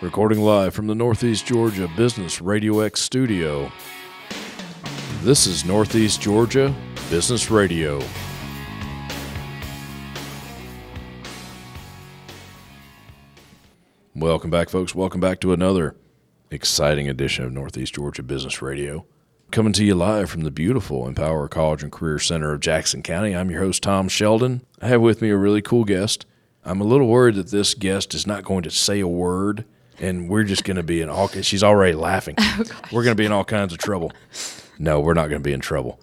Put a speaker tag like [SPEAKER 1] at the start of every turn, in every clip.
[SPEAKER 1] Recording live from the Northeast Georgia Business Radio X studio. This is Northeast Georgia Business Radio. Welcome back, folks. Welcome back to another exciting edition of Northeast Georgia Business Radio. Coming to you live from the beautiful Empower College and Career Center of Jackson County. I'm your host, Tom Sheldon. I have with me a really cool guest. I'm a little worried that this guest is not going to say a word, and we're just going to be in all. She's already laughing. we're going to be in all kinds of trouble. No, we're not going to be in trouble.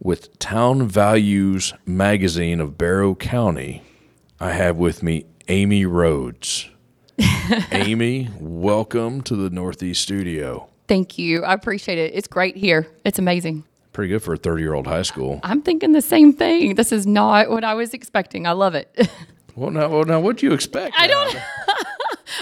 [SPEAKER 1] With Town Values Magazine of Barrow County, I have with me Amy Rhodes. Amy, welcome to the Northeast Studio.
[SPEAKER 2] Thank you. I appreciate it. It's great here. It's amazing.
[SPEAKER 1] Pretty good for a 30 year old high school.
[SPEAKER 2] I'm thinking the same thing. This is not what I was expecting. I love it.
[SPEAKER 1] Well, now, well, now what do you expect?
[SPEAKER 2] I don't.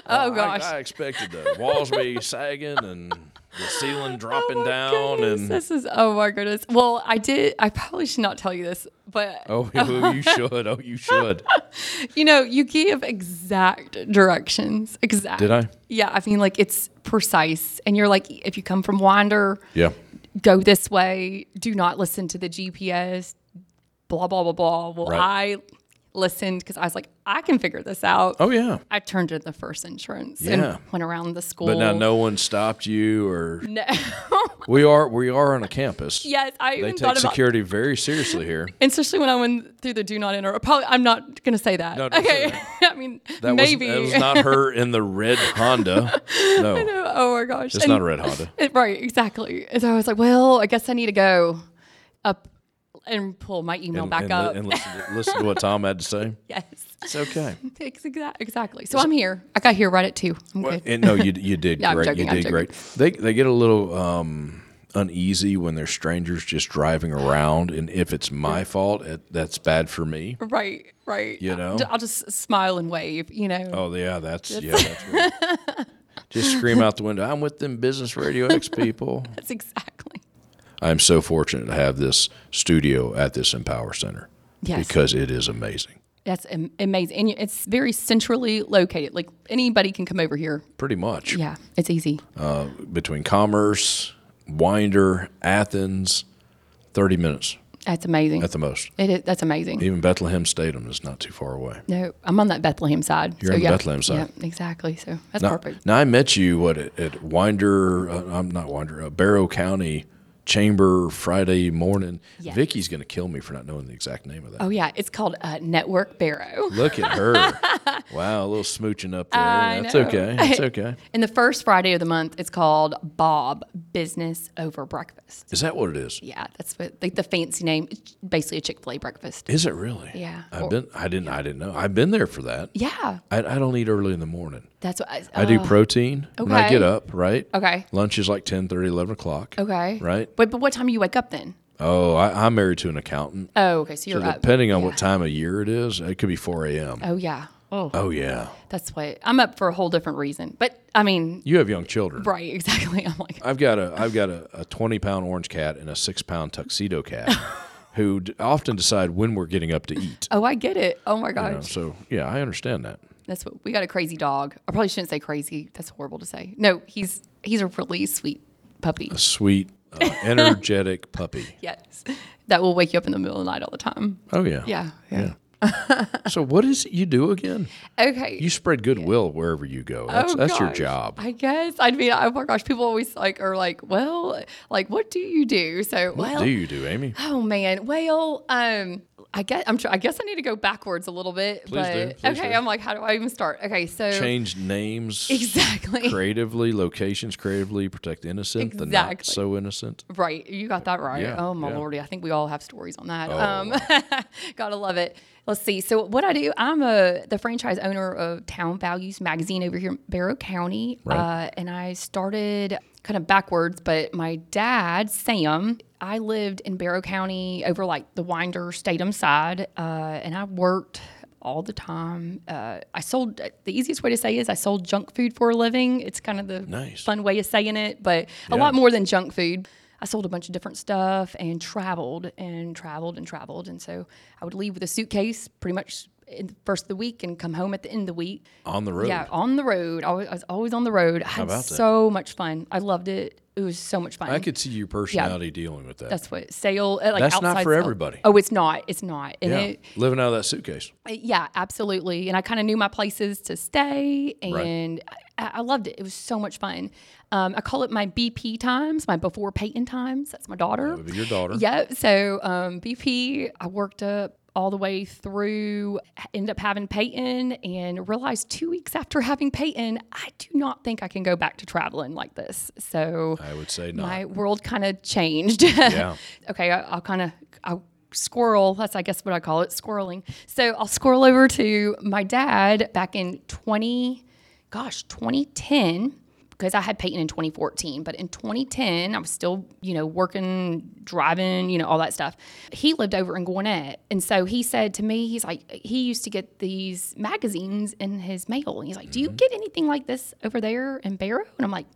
[SPEAKER 2] oh
[SPEAKER 1] I-
[SPEAKER 2] gosh.
[SPEAKER 1] I, expected the walls be sagging and the ceiling dropping
[SPEAKER 2] Oh, my
[SPEAKER 1] down
[SPEAKER 2] goodness.
[SPEAKER 1] and.
[SPEAKER 2] this is oh my goodness. Well, I did. I probably should not tell you this, but
[SPEAKER 1] Oh, you should. Oh, you should.
[SPEAKER 2] you know, you give exact directions. Exact.
[SPEAKER 1] Did I?
[SPEAKER 2] Yeah. I mean, like it's precise, and you're like, if you come from Winder,
[SPEAKER 1] Yeah.
[SPEAKER 2] go this way. Do not listen to the GPS. Blah blah blah blah. Well,
[SPEAKER 1] Right.
[SPEAKER 2] I listened because I was like, I can figure this out.
[SPEAKER 1] Oh, yeah.
[SPEAKER 2] I turned in the first entrance
[SPEAKER 1] Yeah.
[SPEAKER 2] and went around the school.
[SPEAKER 1] But now no one stopped you, or
[SPEAKER 2] Oh. No.
[SPEAKER 1] we are we are on a campus.
[SPEAKER 2] yes, I
[SPEAKER 1] They
[SPEAKER 2] even
[SPEAKER 1] take
[SPEAKER 2] thought about,
[SPEAKER 1] security very seriously here.
[SPEAKER 2] and especially when I went through the do not enter. Probably, I'm not going to say that.
[SPEAKER 1] No, don't say
[SPEAKER 2] okay, I mean
[SPEAKER 1] That
[SPEAKER 2] maybe.
[SPEAKER 1] was that was not her in the red Honda. No,
[SPEAKER 2] oh my gosh,
[SPEAKER 1] it's
[SPEAKER 2] And-
[SPEAKER 1] not a red Honda.
[SPEAKER 2] it- right, exactly. And so I was like, well, I guess I need to go up and pull my email
[SPEAKER 1] and,
[SPEAKER 2] back
[SPEAKER 1] and, li-
[SPEAKER 2] up.
[SPEAKER 1] and listen, to, listen to what Tom had to say.
[SPEAKER 2] yes,
[SPEAKER 1] It's okay.
[SPEAKER 2] Ex- exa- exactly. So I'm here. I got here right at two. I'm
[SPEAKER 1] Well,
[SPEAKER 2] good.
[SPEAKER 1] and no, you you did
[SPEAKER 2] No, I'm
[SPEAKER 1] great.
[SPEAKER 2] joking,
[SPEAKER 1] you
[SPEAKER 2] I'm
[SPEAKER 1] did
[SPEAKER 2] joking.
[SPEAKER 1] great. They they get a little um, uneasy when there's strangers just driving around, and if it's my fault, it, that's bad for me.
[SPEAKER 2] Right, right.
[SPEAKER 1] You know?
[SPEAKER 2] I'll just smile and wave. You know.
[SPEAKER 1] Oh yeah, that's yeah. That's weird. just scream out the window. I'm with them business radio X people.
[SPEAKER 2] That's exactly.
[SPEAKER 1] I'm so fortunate to have this studio at this Empower Center
[SPEAKER 2] Yes.
[SPEAKER 1] because it is amazing.
[SPEAKER 2] That's am- amazing. And it's very centrally located. Like anybody can come over here.
[SPEAKER 1] Pretty much
[SPEAKER 2] Yeah, it's easy.
[SPEAKER 1] uh, between Commerce, Winder, Athens, 30 minutes
[SPEAKER 2] That's amazing.
[SPEAKER 1] at the most.
[SPEAKER 2] it is, that's amazing.
[SPEAKER 1] Even Bethlehem Stadium is not too far away.
[SPEAKER 2] no, I'm on that Bethlehem side.
[SPEAKER 1] You're
[SPEAKER 2] so
[SPEAKER 1] on the
[SPEAKER 2] yeah,
[SPEAKER 1] Bethlehem side.
[SPEAKER 2] Yeah, exactly. So that's
[SPEAKER 1] Now,
[SPEAKER 2] perfect.
[SPEAKER 1] now I met you what at, at Winder. Uh, I'm not Winder. Uh, Barrow County Chamber Friday morning.
[SPEAKER 2] Yes.
[SPEAKER 1] Vicky's gonna kill me for not knowing the exact name of that.
[SPEAKER 2] Oh yeah, it's called uh, Network Barrow.
[SPEAKER 1] Look at her! wow, a little smooching up there.
[SPEAKER 2] I
[SPEAKER 1] That's
[SPEAKER 2] know.
[SPEAKER 1] okay. That's okay.
[SPEAKER 2] And the first Friday of the month, it's called Bob Business Over Breakfast.
[SPEAKER 1] Is that what it is?
[SPEAKER 2] Yeah, that's what like the fancy name. It's basically a Chick Fil A breakfast.
[SPEAKER 1] Is it really?
[SPEAKER 2] Yeah.
[SPEAKER 1] I've
[SPEAKER 2] Or-
[SPEAKER 1] been. I didn't. I didn't know. I've been there for that.
[SPEAKER 2] Yeah,
[SPEAKER 1] I, I don't eat early in the morning.
[SPEAKER 2] that's what I,
[SPEAKER 1] I do
[SPEAKER 2] uh,
[SPEAKER 1] protein when I
[SPEAKER 2] okay.
[SPEAKER 1] get up. Right.
[SPEAKER 2] Okay.
[SPEAKER 1] Lunch is like 10, 30, 11 o'clock.
[SPEAKER 2] Okay.
[SPEAKER 1] Right.
[SPEAKER 2] But but what time do you wake up then?
[SPEAKER 1] Oh, I, I'm married to an accountant.
[SPEAKER 2] Oh, okay. So you're up.
[SPEAKER 1] Depending on
[SPEAKER 2] yeah.
[SPEAKER 1] what time of year it is, it could be 4 a.m.
[SPEAKER 2] Oh yeah. Oh,
[SPEAKER 1] Oh, yeah.
[SPEAKER 2] that's what I'm up for a whole different reason. But I mean,
[SPEAKER 1] You have young children.
[SPEAKER 2] right? Exactly. I'm like,
[SPEAKER 1] I've got a I've got a, a 20 pound orange cat and a six pound tuxedo cat who d- often decide when we're getting up to eat.
[SPEAKER 2] oh, I get it. Oh my
[SPEAKER 1] you know,
[SPEAKER 2] gosh,
[SPEAKER 1] so yeah, I understand that.
[SPEAKER 2] that's what we got. A crazy dog. I probably shouldn't say crazy. That's horrible to say. No, he's he's a really sweet puppy.
[SPEAKER 1] Sweet, uh, energetic puppy.
[SPEAKER 2] Yes, that will wake you up in the middle of the night all the time.
[SPEAKER 1] Oh yeah.
[SPEAKER 2] Yeah. Yeah.
[SPEAKER 1] So what is it you do again?
[SPEAKER 2] Okay.
[SPEAKER 1] You spread goodwill wherever you go. That's
[SPEAKER 2] Oh,
[SPEAKER 1] that's your
[SPEAKER 2] gosh.
[SPEAKER 1] job.
[SPEAKER 2] I guess. I mean, oh my gosh, people always like are like, well, like, what do you do? So,
[SPEAKER 1] What
[SPEAKER 2] well,
[SPEAKER 1] do you do, Amy?
[SPEAKER 2] Oh man. Well, um, I guess I'm. Tr- I guess I need to go backwards a little bit.
[SPEAKER 1] Please
[SPEAKER 2] but
[SPEAKER 1] do, please
[SPEAKER 2] okay,
[SPEAKER 1] do.
[SPEAKER 2] I'm like, how do I even start? Okay, so
[SPEAKER 1] Change names
[SPEAKER 2] exactly
[SPEAKER 1] creatively, locations creatively, protect the innocent, the not
[SPEAKER 2] Exactly.
[SPEAKER 1] so innocent.
[SPEAKER 2] right. You got that right.
[SPEAKER 1] Yeah,
[SPEAKER 2] oh my
[SPEAKER 1] yeah. Oh.
[SPEAKER 2] lordy, I think we all have stories on that. Um, gotta love it. Let's see. So what I do, I'm a the franchise owner of Town Values Magazine over here in Barrow County,
[SPEAKER 1] Right.
[SPEAKER 2] uh, and I started kind of backwards, but my dad Sam. I lived in Barrow County over like the Winder Statham side, uh, and I worked all the time. Uh, I sold the easiest way to say is I sold junk food for a living. It's kind of the
[SPEAKER 1] Nice.
[SPEAKER 2] fun way of saying it, but a
[SPEAKER 1] Yeah.
[SPEAKER 2] lot more than junk food. I sold a bunch of different stuff and traveled and traveled and traveled. And so I would leave with a suitcase pretty much in the first of the week and come home at the end of the week.
[SPEAKER 1] On the road.
[SPEAKER 2] Yeah, on the road. Always, I was always on the road. I had
[SPEAKER 1] about that?
[SPEAKER 2] so much fun. I loved it. It was so much fun.
[SPEAKER 1] I could see your personality dealing with that.
[SPEAKER 2] That's what sale. uh, Like
[SPEAKER 1] That's not
[SPEAKER 2] outside
[SPEAKER 1] for
[SPEAKER 2] sale-
[SPEAKER 1] everybody.
[SPEAKER 2] Oh, it's not. It's not. And
[SPEAKER 1] yeah.
[SPEAKER 2] it,
[SPEAKER 1] Living out of that suitcase.
[SPEAKER 2] uh, yeah, absolutely. And I kind of knew my places to stay, and I, I loved it. It was so much fun. Um, I call it my BP times, my before Peyton times. That's my daughter.
[SPEAKER 1] With your daughter.
[SPEAKER 2] Yep. So um, BP, I worked up all the way through, h- ended up having Peyton, and realized two weeks after having Peyton, I do not think I can go back to traveling like this. So
[SPEAKER 1] I would say not.
[SPEAKER 2] my world kind of changed.
[SPEAKER 1] yeah.
[SPEAKER 2] okay, I, I'll kind of I'll squirrel. That's I guess what I call it, squirreling. So I'll squirrel over to my dad back in twenty, gosh, twenty ten. Because I had Peyton in 2014, but in 2010, I was still, you know, working, driving, you know, all that stuff. He lived over in Gwinnett. And so he said to me, he's like, he used to get these magazines in his mail. And he's like, Do
[SPEAKER 1] Mm-hmm.
[SPEAKER 2] you get anything like this over there in Barrow? And I'm like,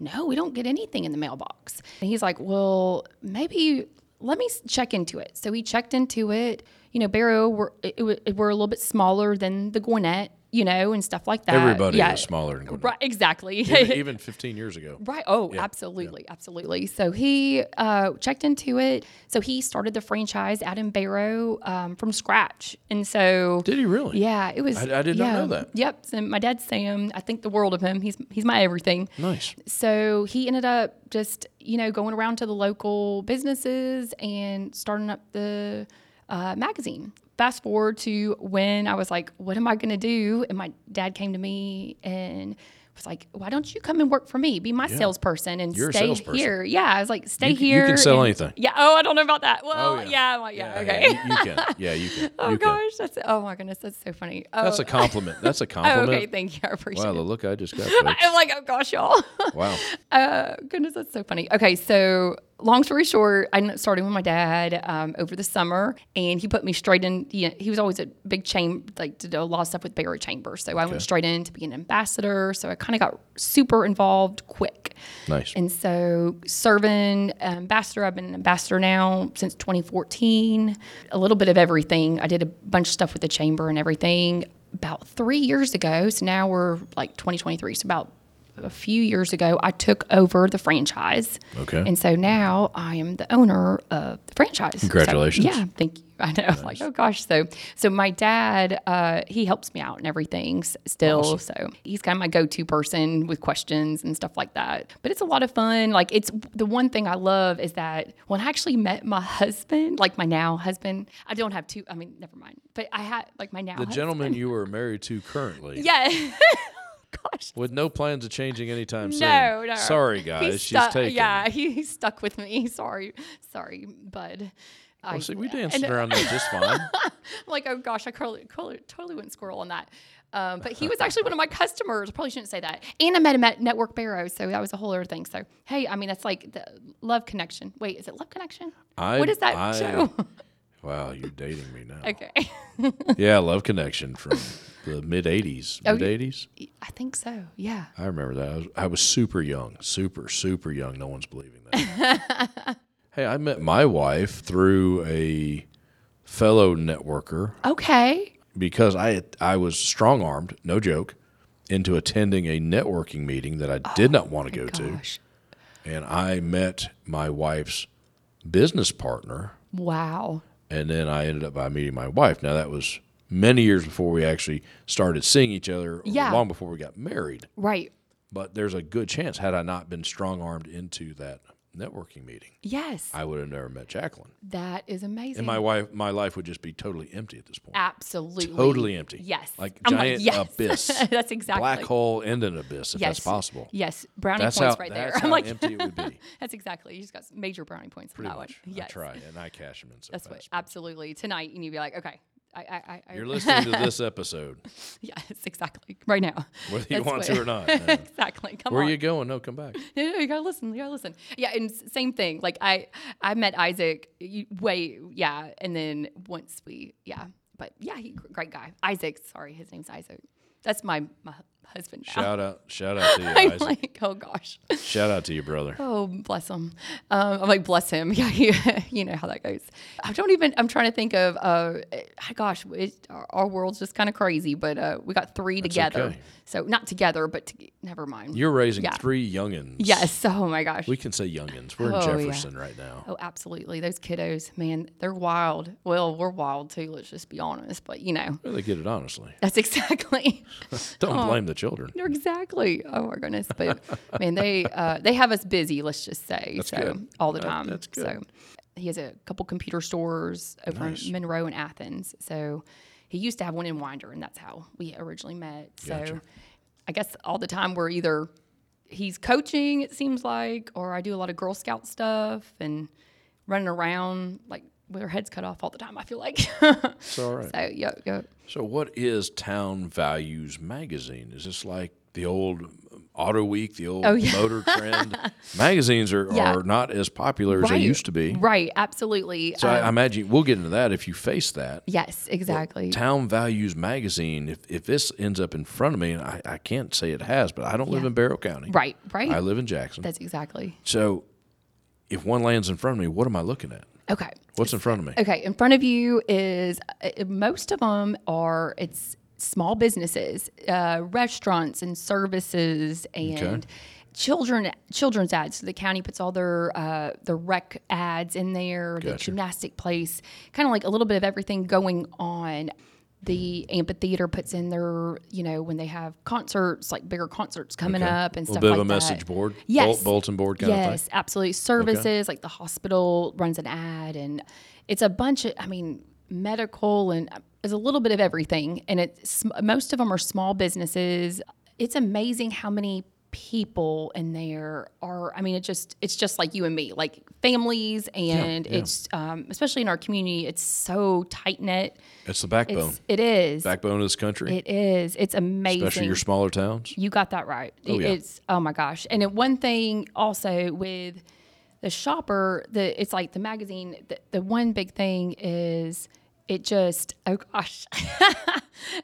[SPEAKER 2] no, we don't get anything in the mailbox. And he's like, well, maybe let me s- check into it. So he checked into it. You know, Barrow, we're, it, it, wa- we're a little bit smaller than the Gwinnett, you know, and stuff like that.
[SPEAKER 1] Everybody
[SPEAKER 2] uh, yeah.
[SPEAKER 1] is smaller than Gwinnett.
[SPEAKER 2] Right, exactly.
[SPEAKER 1] Even, even 15 years ago.
[SPEAKER 2] Right. Oh, absolutely. Absolutely. So he uh, checked into it. So he started the franchise out in Barrow um, from scratch. And so.
[SPEAKER 1] Did he really?
[SPEAKER 2] Yeah, it was.
[SPEAKER 1] I- I did not know
[SPEAKER 2] yeah.
[SPEAKER 1] that.
[SPEAKER 2] Yep. So my dad's Sam. I think the world of him. He's he's my everything.
[SPEAKER 1] Nice.
[SPEAKER 2] So he ended up just, you know, going around to the local businesses and starting up the uh, magazine. Fast forward to when I was like, what am I going to do? And my dad came to me and was like, why don't you come and work for me? Be my salesperson and
[SPEAKER 1] You're a
[SPEAKER 2] stay
[SPEAKER 1] salesperson.
[SPEAKER 2] here. Yeah. I was like, stay
[SPEAKER 1] You c- you
[SPEAKER 2] here.
[SPEAKER 1] can sell
[SPEAKER 2] and-
[SPEAKER 1] anything.
[SPEAKER 2] Yeah. Oh, I don't know about that. Well,
[SPEAKER 1] yeah.
[SPEAKER 2] yeah. Yeah, I'm like, yeah, okay.
[SPEAKER 1] you, you can. Yeah, you can.
[SPEAKER 2] oh,
[SPEAKER 1] you can.
[SPEAKER 2] gosh. That's, oh, my goodness. That's so funny. Oh,
[SPEAKER 1] That's a compliment. That's a
[SPEAKER 2] oh,
[SPEAKER 1] compliment.
[SPEAKER 2] okay. Thank you. I appreciate
[SPEAKER 1] Wow,
[SPEAKER 2] it.
[SPEAKER 1] the look I just got. folks.
[SPEAKER 2] I'm like, oh, gosh, y'all.
[SPEAKER 1] Wow.
[SPEAKER 2] Uh, goodness, that's so funny. Okay, so long story short, I ended up starting with my dad um, over the summer, and he put me straight in. You know, he was always a big chamber, like did a lot of stuff with Barry Chamber, so I went straight in to be an ambassador. So I kind of got super involved quick.
[SPEAKER 1] Nice.
[SPEAKER 2] And so, serving ambassador, I've been an ambassador now since 2014. A little bit of everything. I did a bunch of stuff with the chamber and everything about three years ago. So now we're like 2023. So about a few years ago, I took over the franchise.
[SPEAKER 1] Okay.
[SPEAKER 2] And so now I am the owner of the franchise. So,
[SPEAKER 1] Congratulations.
[SPEAKER 2] yeah, thank you. I know. Like, oh gosh. So, so my dad, uh, he helps me out and everything s- still. So he's kind of my go-to person with questions and stuff like that. But it's a lot of fun. Like, it's the one thing I love is that when I actually met my husband, like my now husband, I don't have two. I mean, never mind. But I had like my now.
[SPEAKER 1] the
[SPEAKER 2] husband.
[SPEAKER 1] gentleman you are married to currently,
[SPEAKER 2] Yeah. gosh.
[SPEAKER 1] with no plans of changing anytime soon.
[SPEAKER 2] No, no.
[SPEAKER 1] Sorry, guys.
[SPEAKER 2] He's
[SPEAKER 1] She's
[SPEAKER 2] stuck-
[SPEAKER 1] taken.
[SPEAKER 2] Yeah, he, he stuck with me. Sorry, sorry, bud. I,
[SPEAKER 1] Well, see, we danced
[SPEAKER 2] and-
[SPEAKER 1] around that just fine.
[SPEAKER 2] like, oh gosh, I curl, curl, totally went squirrel on that. Um, but he was actually one of my customers. I probably shouldn't say that. And I met him at Network Barrow, so that was a whole other thing. So hey, I mean, that's like the love connection. Wait, is it love connection?
[SPEAKER 1] I,
[SPEAKER 2] what is that
[SPEAKER 1] I-
[SPEAKER 2] show?
[SPEAKER 1] Wow, you're dating me now.
[SPEAKER 2] okay,
[SPEAKER 1] Yeah, Love Connection from the mid 80s.
[SPEAKER 2] Oh,
[SPEAKER 1] Mid 80s?
[SPEAKER 2] I think so. Yeah.
[SPEAKER 1] I remember that. I was, I was super young, super, super young. No one's believing that. hey, I met my wife through a fellow networker
[SPEAKER 2] Okay.
[SPEAKER 1] because I I was strong armed, no joke, into attending a networking meeting that I
[SPEAKER 2] Oh
[SPEAKER 1] did not want to go to,
[SPEAKER 2] Gosh.
[SPEAKER 1] and I met my wife's business partner,
[SPEAKER 2] Wow.
[SPEAKER 1] and then I ended up by meeting my wife. Now that was many years before we actually started seeing each other, or
[SPEAKER 2] Yeah.
[SPEAKER 1] long before we got married.
[SPEAKER 2] Right.
[SPEAKER 1] But there's a good chance, had I not been strong armed into that networking meeting,
[SPEAKER 2] Yes.
[SPEAKER 1] I would have never met Jacqueline.
[SPEAKER 2] that is amazing.
[SPEAKER 1] And my wife, my life would just be totally empty at this point.
[SPEAKER 2] Absolutely.
[SPEAKER 1] Totally empty.
[SPEAKER 2] Yes.
[SPEAKER 1] Like
[SPEAKER 2] I'm
[SPEAKER 1] giant
[SPEAKER 2] yes.
[SPEAKER 1] abyss.
[SPEAKER 2] that's exactly.
[SPEAKER 1] Black hole and an abyss, if that's possible.
[SPEAKER 2] Yes. Brownie
[SPEAKER 1] That's
[SPEAKER 2] points
[SPEAKER 1] how,
[SPEAKER 2] right there.
[SPEAKER 1] that's
[SPEAKER 2] I'm
[SPEAKER 1] how
[SPEAKER 2] like,
[SPEAKER 1] empty it would be.
[SPEAKER 2] that's exactly. You just got some major brownie points for
[SPEAKER 1] Pretty
[SPEAKER 2] that
[SPEAKER 1] much.
[SPEAKER 2] one.
[SPEAKER 1] I
[SPEAKER 2] Yes.
[SPEAKER 1] try and I cash them in so
[SPEAKER 2] That's what.
[SPEAKER 1] fast.
[SPEAKER 2] Absolutely. Tonight, you need to be like, okay. I, I, I, I
[SPEAKER 1] You're listening to this episode,
[SPEAKER 2] yes, exactly. Right now.
[SPEAKER 1] whether you
[SPEAKER 2] That's
[SPEAKER 1] want
[SPEAKER 2] what-
[SPEAKER 1] to or not. Yeah.
[SPEAKER 2] exactly. Come
[SPEAKER 1] Where
[SPEAKER 2] on.
[SPEAKER 1] you going? No, come back.
[SPEAKER 2] no, no, you gotta listen. You gotta listen. Yeah, and s- same thing. Like I, I met Isaac. You, way, yeah, and then once we, yeah, but yeah, he gr- great guy. Isaac. Sorry, his name's Isaac. That's my my hu- husband now.
[SPEAKER 1] Shout out, shout out to you,
[SPEAKER 2] I'm
[SPEAKER 1] Isaac.
[SPEAKER 2] like, oh gosh.
[SPEAKER 1] shout out to you, brother.
[SPEAKER 2] Oh, bless him. Um, I'm like, bless him. Yeah, you, you know how that goes. I don't even, I'm trying to think of, uh, eh, gosh, it, our, our world's just kind of crazy, but uh, we got three together.
[SPEAKER 1] okay.
[SPEAKER 2] So not together, but to, never mind.
[SPEAKER 1] You're raising
[SPEAKER 2] Yeah.
[SPEAKER 1] three youngins.
[SPEAKER 2] yes. Oh my gosh.
[SPEAKER 1] we can say youngins. We're in
[SPEAKER 2] Oh, yeah.
[SPEAKER 1] Jefferson right now.
[SPEAKER 2] Oh, absolutely. Those kiddos, man, they're wild. Well, we're wild too, let's just be honest. But, you know,
[SPEAKER 1] Well, they get it honestly.
[SPEAKER 2] that's exactly.
[SPEAKER 1] Don't
[SPEAKER 2] Oh.
[SPEAKER 1] blame the children.
[SPEAKER 2] They're exactly. Oh my goodness! But man, they uh, they have us busy. Let's just say so
[SPEAKER 1] good.
[SPEAKER 2] all the
[SPEAKER 1] That-
[SPEAKER 2] time.
[SPEAKER 1] that's good.
[SPEAKER 2] So he has a couple computer stores over
[SPEAKER 1] Nice.
[SPEAKER 2] in Monroe and Athens. So he used to have one in Winder, and that's how we originally met. So
[SPEAKER 1] Gotcha.
[SPEAKER 2] I guess all the time we're either he's coaching, it seems like, or I do a lot of Girl Scout stuff and running around like with our heads cut off all the time. I feel like. so
[SPEAKER 1] It's all right.
[SPEAKER 2] yeah, yeah.
[SPEAKER 1] So, what is Town Values Magazine? Is this like the old Auto Week, the old
[SPEAKER 2] Oh, yeah.
[SPEAKER 1] Motor Trend? Magazines are,
[SPEAKER 2] Yeah.
[SPEAKER 1] are not as popular as they
[SPEAKER 2] Right.
[SPEAKER 1] used to be.
[SPEAKER 2] Right, absolutely.
[SPEAKER 1] So, I,
[SPEAKER 2] Um,
[SPEAKER 1] I imagine we'll get into that if you face that.
[SPEAKER 2] yes, exactly.
[SPEAKER 1] Town Values Magazine, if, if this ends up in front of me, and I, I can't say it has, but I don't live in Barrow County.
[SPEAKER 2] Right, right.
[SPEAKER 1] I live in Jackson.
[SPEAKER 2] That's exactly.
[SPEAKER 1] so, if one lands in front of me, what am I looking at?
[SPEAKER 2] Okay.
[SPEAKER 1] What's in front of me?
[SPEAKER 2] Okay. In front of you is uh, most of them are it's small businesses, uh, restaurants and services and children children's ads. So the county puts all their uh, the rec ads in there, the
[SPEAKER 1] Gotcha.
[SPEAKER 2] gymnastic place, kind of like a little bit of everything going on. The amphitheater puts in their, you know, when they have concerts, like bigger concerts coming
[SPEAKER 1] Okay.
[SPEAKER 2] up and
[SPEAKER 1] a
[SPEAKER 2] stuff
[SPEAKER 1] little bit of
[SPEAKER 2] like
[SPEAKER 1] a
[SPEAKER 2] that.
[SPEAKER 1] message board, bul-
[SPEAKER 2] Yes.
[SPEAKER 1] bulletin board kind of
[SPEAKER 2] yes,
[SPEAKER 1] thing.
[SPEAKER 2] absolutely. Services like the hospital runs an ad, and it's a bunch of, I mean, medical and uh, there's a little bit of everything. And it's sm- most of them are small businesses. It's amazing how many people in there are. I mean, it just it's just like you and me, like families, and
[SPEAKER 1] yeah.
[SPEAKER 2] it's um, especially in our community, it's so tight knit.
[SPEAKER 1] It's the backbone,
[SPEAKER 2] It's it is.
[SPEAKER 1] backbone of this country,
[SPEAKER 2] It is. It's amazing.
[SPEAKER 1] especially your smaller towns.
[SPEAKER 2] You got that right.
[SPEAKER 1] Oh, yeah.
[SPEAKER 2] It's oh my gosh. And then one thing also with the shopper, the it's like the magazine. The, the one big thing is it just oh gosh,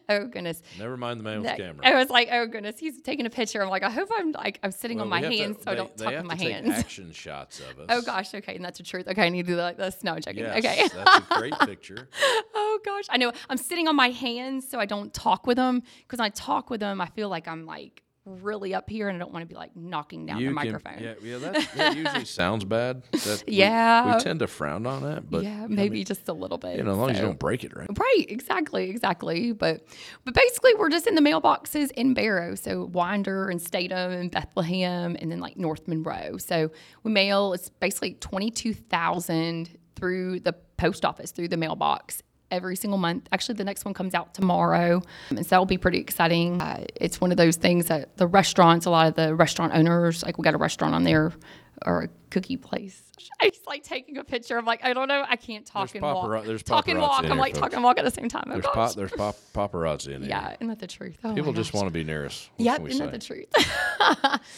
[SPEAKER 2] oh goodness.
[SPEAKER 1] Never mind the man with the camera.
[SPEAKER 2] I was like, oh goodness, he's taking a picture. I'm like, I hope I'm like I'm sitting on my
[SPEAKER 1] Well, we have
[SPEAKER 2] hands
[SPEAKER 1] to-
[SPEAKER 2] so I
[SPEAKER 1] they-
[SPEAKER 2] don't
[SPEAKER 1] they
[SPEAKER 2] talk
[SPEAKER 1] have
[SPEAKER 2] with my
[SPEAKER 1] to take
[SPEAKER 2] hands.
[SPEAKER 1] Action shots of us.
[SPEAKER 2] Oh gosh, okay, and that's the truth. Okay, I need to do like this. No, I'm joking.
[SPEAKER 1] Yes,
[SPEAKER 2] Okay.
[SPEAKER 1] that's a great picture.
[SPEAKER 2] Oh gosh, I know. I'm sitting on my hands so I don't talk with them because I talk with them, I feel like I'm like really up here and I don't want to be like knocking down
[SPEAKER 1] you
[SPEAKER 2] the
[SPEAKER 1] can,
[SPEAKER 2] microphone.
[SPEAKER 1] Yeah, yeah that, that usually sounds bad. That we- we,
[SPEAKER 2] Yeah.
[SPEAKER 1] tend to frown on that, but
[SPEAKER 2] Yeah, maybe just a little bit.
[SPEAKER 1] you know, as long as you
[SPEAKER 2] so-
[SPEAKER 1] don't break it, right?
[SPEAKER 2] Right, exactly, exactly. But but basically we're just in the mailboxes in Barrow. So Winder and Statham and Bethlehem and then like North Monroe. So we mail it's basically twenty two thousand through the post office, through the mailbox every single month. Actually the next one comes out tomorrow. And so that'll be pretty exciting. Uh, it's one of those things that the restaurants, a lot of the restaurant owners, like we got a restaurant on there or a cookie place. I just like taking a picture. I'm like, I don't know, I can't talk
[SPEAKER 1] There's
[SPEAKER 2] and walk.
[SPEAKER 1] papara- there's
[SPEAKER 2] talk and
[SPEAKER 1] paparazzi
[SPEAKER 2] walk.
[SPEAKER 1] in
[SPEAKER 2] I'm
[SPEAKER 1] here,
[SPEAKER 2] like
[SPEAKER 1] folks.
[SPEAKER 2] talk and walk at the same time. Oh
[SPEAKER 1] There's,
[SPEAKER 2] gosh.
[SPEAKER 1] pop, there's pop, paparazzi in here.
[SPEAKER 2] yeah, isn't that the truth? Oh,
[SPEAKER 1] People
[SPEAKER 2] my
[SPEAKER 1] just
[SPEAKER 2] gosh.
[SPEAKER 1] want to be near us. What
[SPEAKER 2] Yep,
[SPEAKER 1] can we
[SPEAKER 2] isn't
[SPEAKER 1] say?
[SPEAKER 2] that the truth?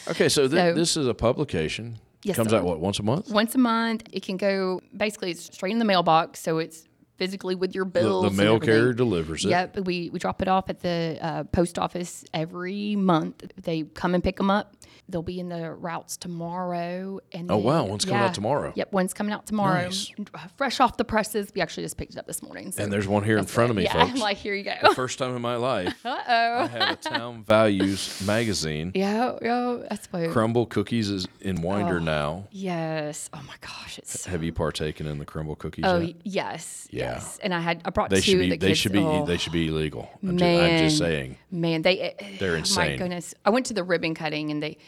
[SPEAKER 1] okay, so, thi-
[SPEAKER 2] So-
[SPEAKER 1] this is a publication.
[SPEAKER 2] Yes,
[SPEAKER 1] Comes
[SPEAKER 2] sir.
[SPEAKER 1] out what once a month?
[SPEAKER 2] Once a month, it can go basically it's straight in the mailbox, so it's physically with your
[SPEAKER 1] The,
[SPEAKER 2] bills.
[SPEAKER 1] the
[SPEAKER 2] and
[SPEAKER 1] mail
[SPEAKER 2] everything.
[SPEAKER 1] carrier delivers it.
[SPEAKER 2] Yep, we, we drop it off at the uh, post office every month. They come and pick them up. They'll be in the routes tomorrow. And
[SPEAKER 1] Oh,
[SPEAKER 2] then-
[SPEAKER 1] wow, one's coming out tomorrow.
[SPEAKER 2] Yep, one's coming out tomorrow.
[SPEAKER 1] Nice.
[SPEAKER 2] Fresh off the presses. We actually just picked it up this morning. So
[SPEAKER 1] And there's one here in front of me,
[SPEAKER 2] yeah,
[SPEAKER 1] folks.
[SPEAKER 2] I'm like, oh. here you go.
[SPEAKER 1] First time in my life,
[SPEAKER 2] Uh
[SPEAKER 1] I
[SPEAKER 2] oh.
[SPEAKER 1] have a Town Values magazine.
[SPEAKER 2] Yeah, yeah, that's what.
[SPEAKER 1] Crumble cookies is in
[SPEAKER 2] Oh.
[SPEAKER 1] Winder now.
[SPEAKER 2] Yes. Oh my gosh, it's so.
[SPEAKER 1] Have you partaken in the crumble cookies?
[SPEAKER 2] Oh
[SPEAKER 1] yet?
[SPEAKER 2] y- yes.
[SPEAKER 1] Yeah.
[SPEAKER 2] Yes. And I had I brought
[SPEAKER 1] They
[SPEAKER 2] two
[SPEAKER 1] should
[SPEAKER 2] of
[SPEAKER 1] be.
[SPEAKER 2] the
[SPEAKER 1] They
[SPEAKER 2] kids.
[SPEAKER 1] should be. e,
[SPEAKER 2] Oh,
[SPEAKER 1] They should be illegal. I'm, ju- I'm
[SPEAKER 2] man.
[SPEAKER 1] just saying.
[SPEAKER 2] Man, they eh, oh
[SPEAKER 1] They're
[SPEAKER 2] My
[SPEAKER 1] insane.
[SPEAKER 2] goodness. I went to the ribbon cutting and they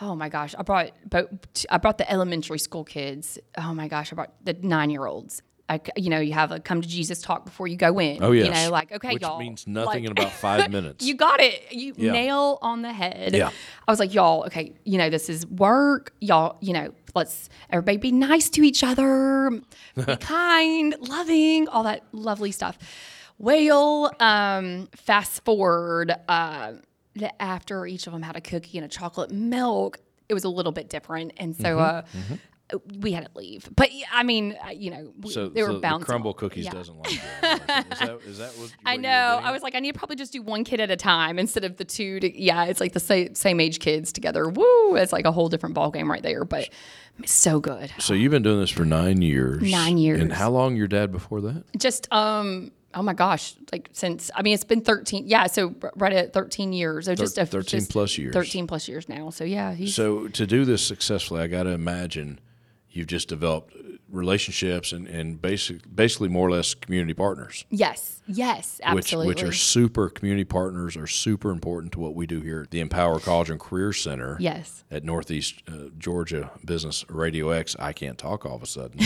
[SPEAKER 2] Oh my gosh, I brought both I brought the elementary school kids. Oh my gosh, I brought the 9-year-olds. I, c- you know, you have a come to Jesus talk before you go in.
[SPEAKER 1] Oh
[SPEAKER 2] yeah.
[SPEAKER 1] yes.
[SPEAKER 2] You know, like, okay,
[SPEAKER 1] Which
[SPEAKER 2] y'all.
[SPEAKER 1] means nothing
[SPEAKER 2] like-
[SPEAKER 1] in about five minutes.
[SPEAKER 2] You got it. You
[SPEAKER 1] Yeah.
[SPEAKER 2] nail on the head.
[SPEAKER 1] Yeah.
[SPEAKER 2] I was like, y'all, okay, you know, this is work. Y'all, you know, let's everybody be nice to each other, be kind, loving, all that lovely stuff. Well, um, fast forward, uh,
[SPEAKER 1] Mm-hmm.
[SPEAKER 2] the- after each of them had a cookie and a chocolate milk, it was a little bit different. And so, uh, we had to leave. But yeah, I mean, I- you know, we,
[SPEAKER 1] So,
[SPEAKER 2] they
[SPEAKER 1] so
[SPEAKER 2] were bouncing.
[SPEAKER 1] the crumble
[SPEAKER 2] off.
[SPEAKER 1] cookies
[SPEAKER 2] Yeah.
[SPEAKER 1] doesn't like that. is that is that what you-
[SPEAKER 2] I
[SPEAKER 1] what you were
[SPEAKER 2] know. I
[SPEAKER 1] getting
[SPEAKER 2] was like, I need to probably just do one kid at a time instead of the two. To, yeah, it's like the same, same age kids together. Woo! It's like a whole different ball game right there. But so good.
[SPEAKER 1] at? So you've been doing this for nine years.
[SPEAKER 2] Nine years.
[SPEAKER 1] And how long your dad before that?
[SPEAKER 2] Just um. Oh my gosh! Like since I mean, it's been thirteen. Yeah, so r- right at thirteen years. So just a,
[SPEAKER 1] 13
[SPEAKER 2] just
[SPEAKER 1] plus years.
[SPEAKER 2] Thirteen plus years now. So yeah, he's
[SPEAKER 1] So to do this successfully, I got to imagine you've just developed relationships and and basic, basically more or less community partners,
[SPEAKER 2] yes, yes, absolutely.
[SPEAKER 1] which which are super community partners are super important to what we do here at the Empower College and Career Center.
[SPEAKER 2] yes,
[SPEAKER 1] At Northeast uh, Georgia Business Radio X, I can't talk all of a sudden.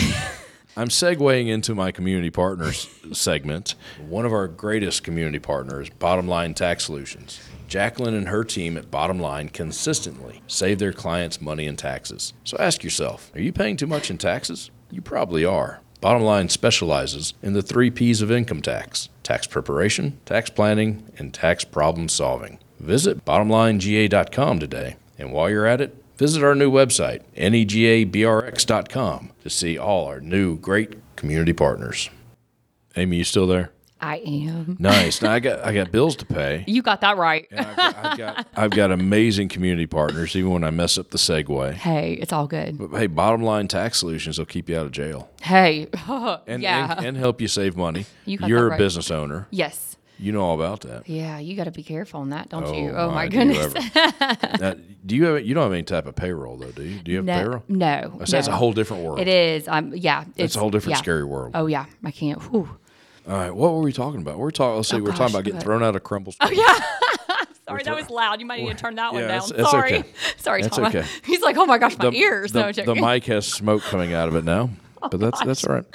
[SPEAKER 1] I'm segueing into my community partners segment. One of our greatest community partners, Bottom Line Tax Solutions. Jacqueline and her team at Bottom Line consistently save their clients money in taxes. So ask yourself are you paying too much in taxes? You probably are. Bottom Line specializes in the three P's of income tax tax preparation, tax planning, and tax problem solving. Visit bottomlinega.com today. And while you're at it, Visit our new website, E negabrx.com, to see all our new great community partners. Amy, you still there?
[SPEAKER 2] I am.
[SPEAKER 1] Nice. Now I got I got bills to pay.
[SPEAKER 2] You got that right.
[SPEAKER 1] I've got, I've got I've got amazing community partners, even when I mess up the segue.
[SPEAKER 2] Hey, it's all good.
[SPEAKER 1] But hey, bottom line tax solutions will keep you out of jail
[SPEAKER 2] Hey,
[SPEAKER 1] and
[SPEAKER 2] yeah.
[SPEAKER 1] and, and help you save money.
[SPEAKER 2] You got
[SPEAKER 1] are
[SPEAKER 2] that
[SPEAKER 1] a
[SPEAKER 2] right.
[SPEAKER 1] business owner.
[SPEAKER 2] yes.
[SPEAKER 1] You know all about that.
[SPEAKER 2] Yeah, you got to be careful on that, don't you?
[SPEAKER 1] Oh,
[SPEAKER 2] Oh my,
[SPEAKER 1] my, do you
[SPEAKER 2] goodness.
[SPEAKER 1] ever. Now, do you have you don't have any type of payroll though, do you? Do you have
[SPEAKER 2] no,
[SPEAKER 1] payroll?
[SPEAKER 2] no,
[SPEAKER 1] That's, that's
[SPEAKER 2] no.
[SPEAKER 1] a whole different world.
[SPEAKER 2] It is. Um, yeah, it's,
[SPEAKER 1] That's a whole different
[SPEAKER 2] yeah.
[SPEAKER 1] scary world.
[SPEAKER 2] Oh yeah, I can't. Whew.
[SPEAKER 1] All right, what were we talking about? We're talking. Let's see, we're
[SPEAKER 2] Oh, gosh, Oh,
[SPEAKER 1] talking about getting
[SPEAKER 2] what?
[SPEAKER 1] thrown out of crumbles.
[SPEAKER 2] Sorry, that was loud. You might need to turn that one
[SPEAKER 1] yeah,
[SPEAKER 2] down.
[SPEAKER 1] it's- it's
[SPEAKER 2] Sorry,
[SPEAKER 1] okay.
[SPEAKER 2] sorry,
[SPEAKER 1] It's
[SPEAKER 2] Tom.
[SPEAKER 1] okay.
[SPEAKER 2] He's like, oh my gosh, my
[SPEAKER 1] the,
[SPEAKER 2] ears.
[SPEAKER 1] The,
[SPEAKER 2] no, I'm
[SPEAKER 1] the
[SPEAKER 2] joking.
[SPEAKER 1] mic has smoke coming out of it now, but that's that's all right.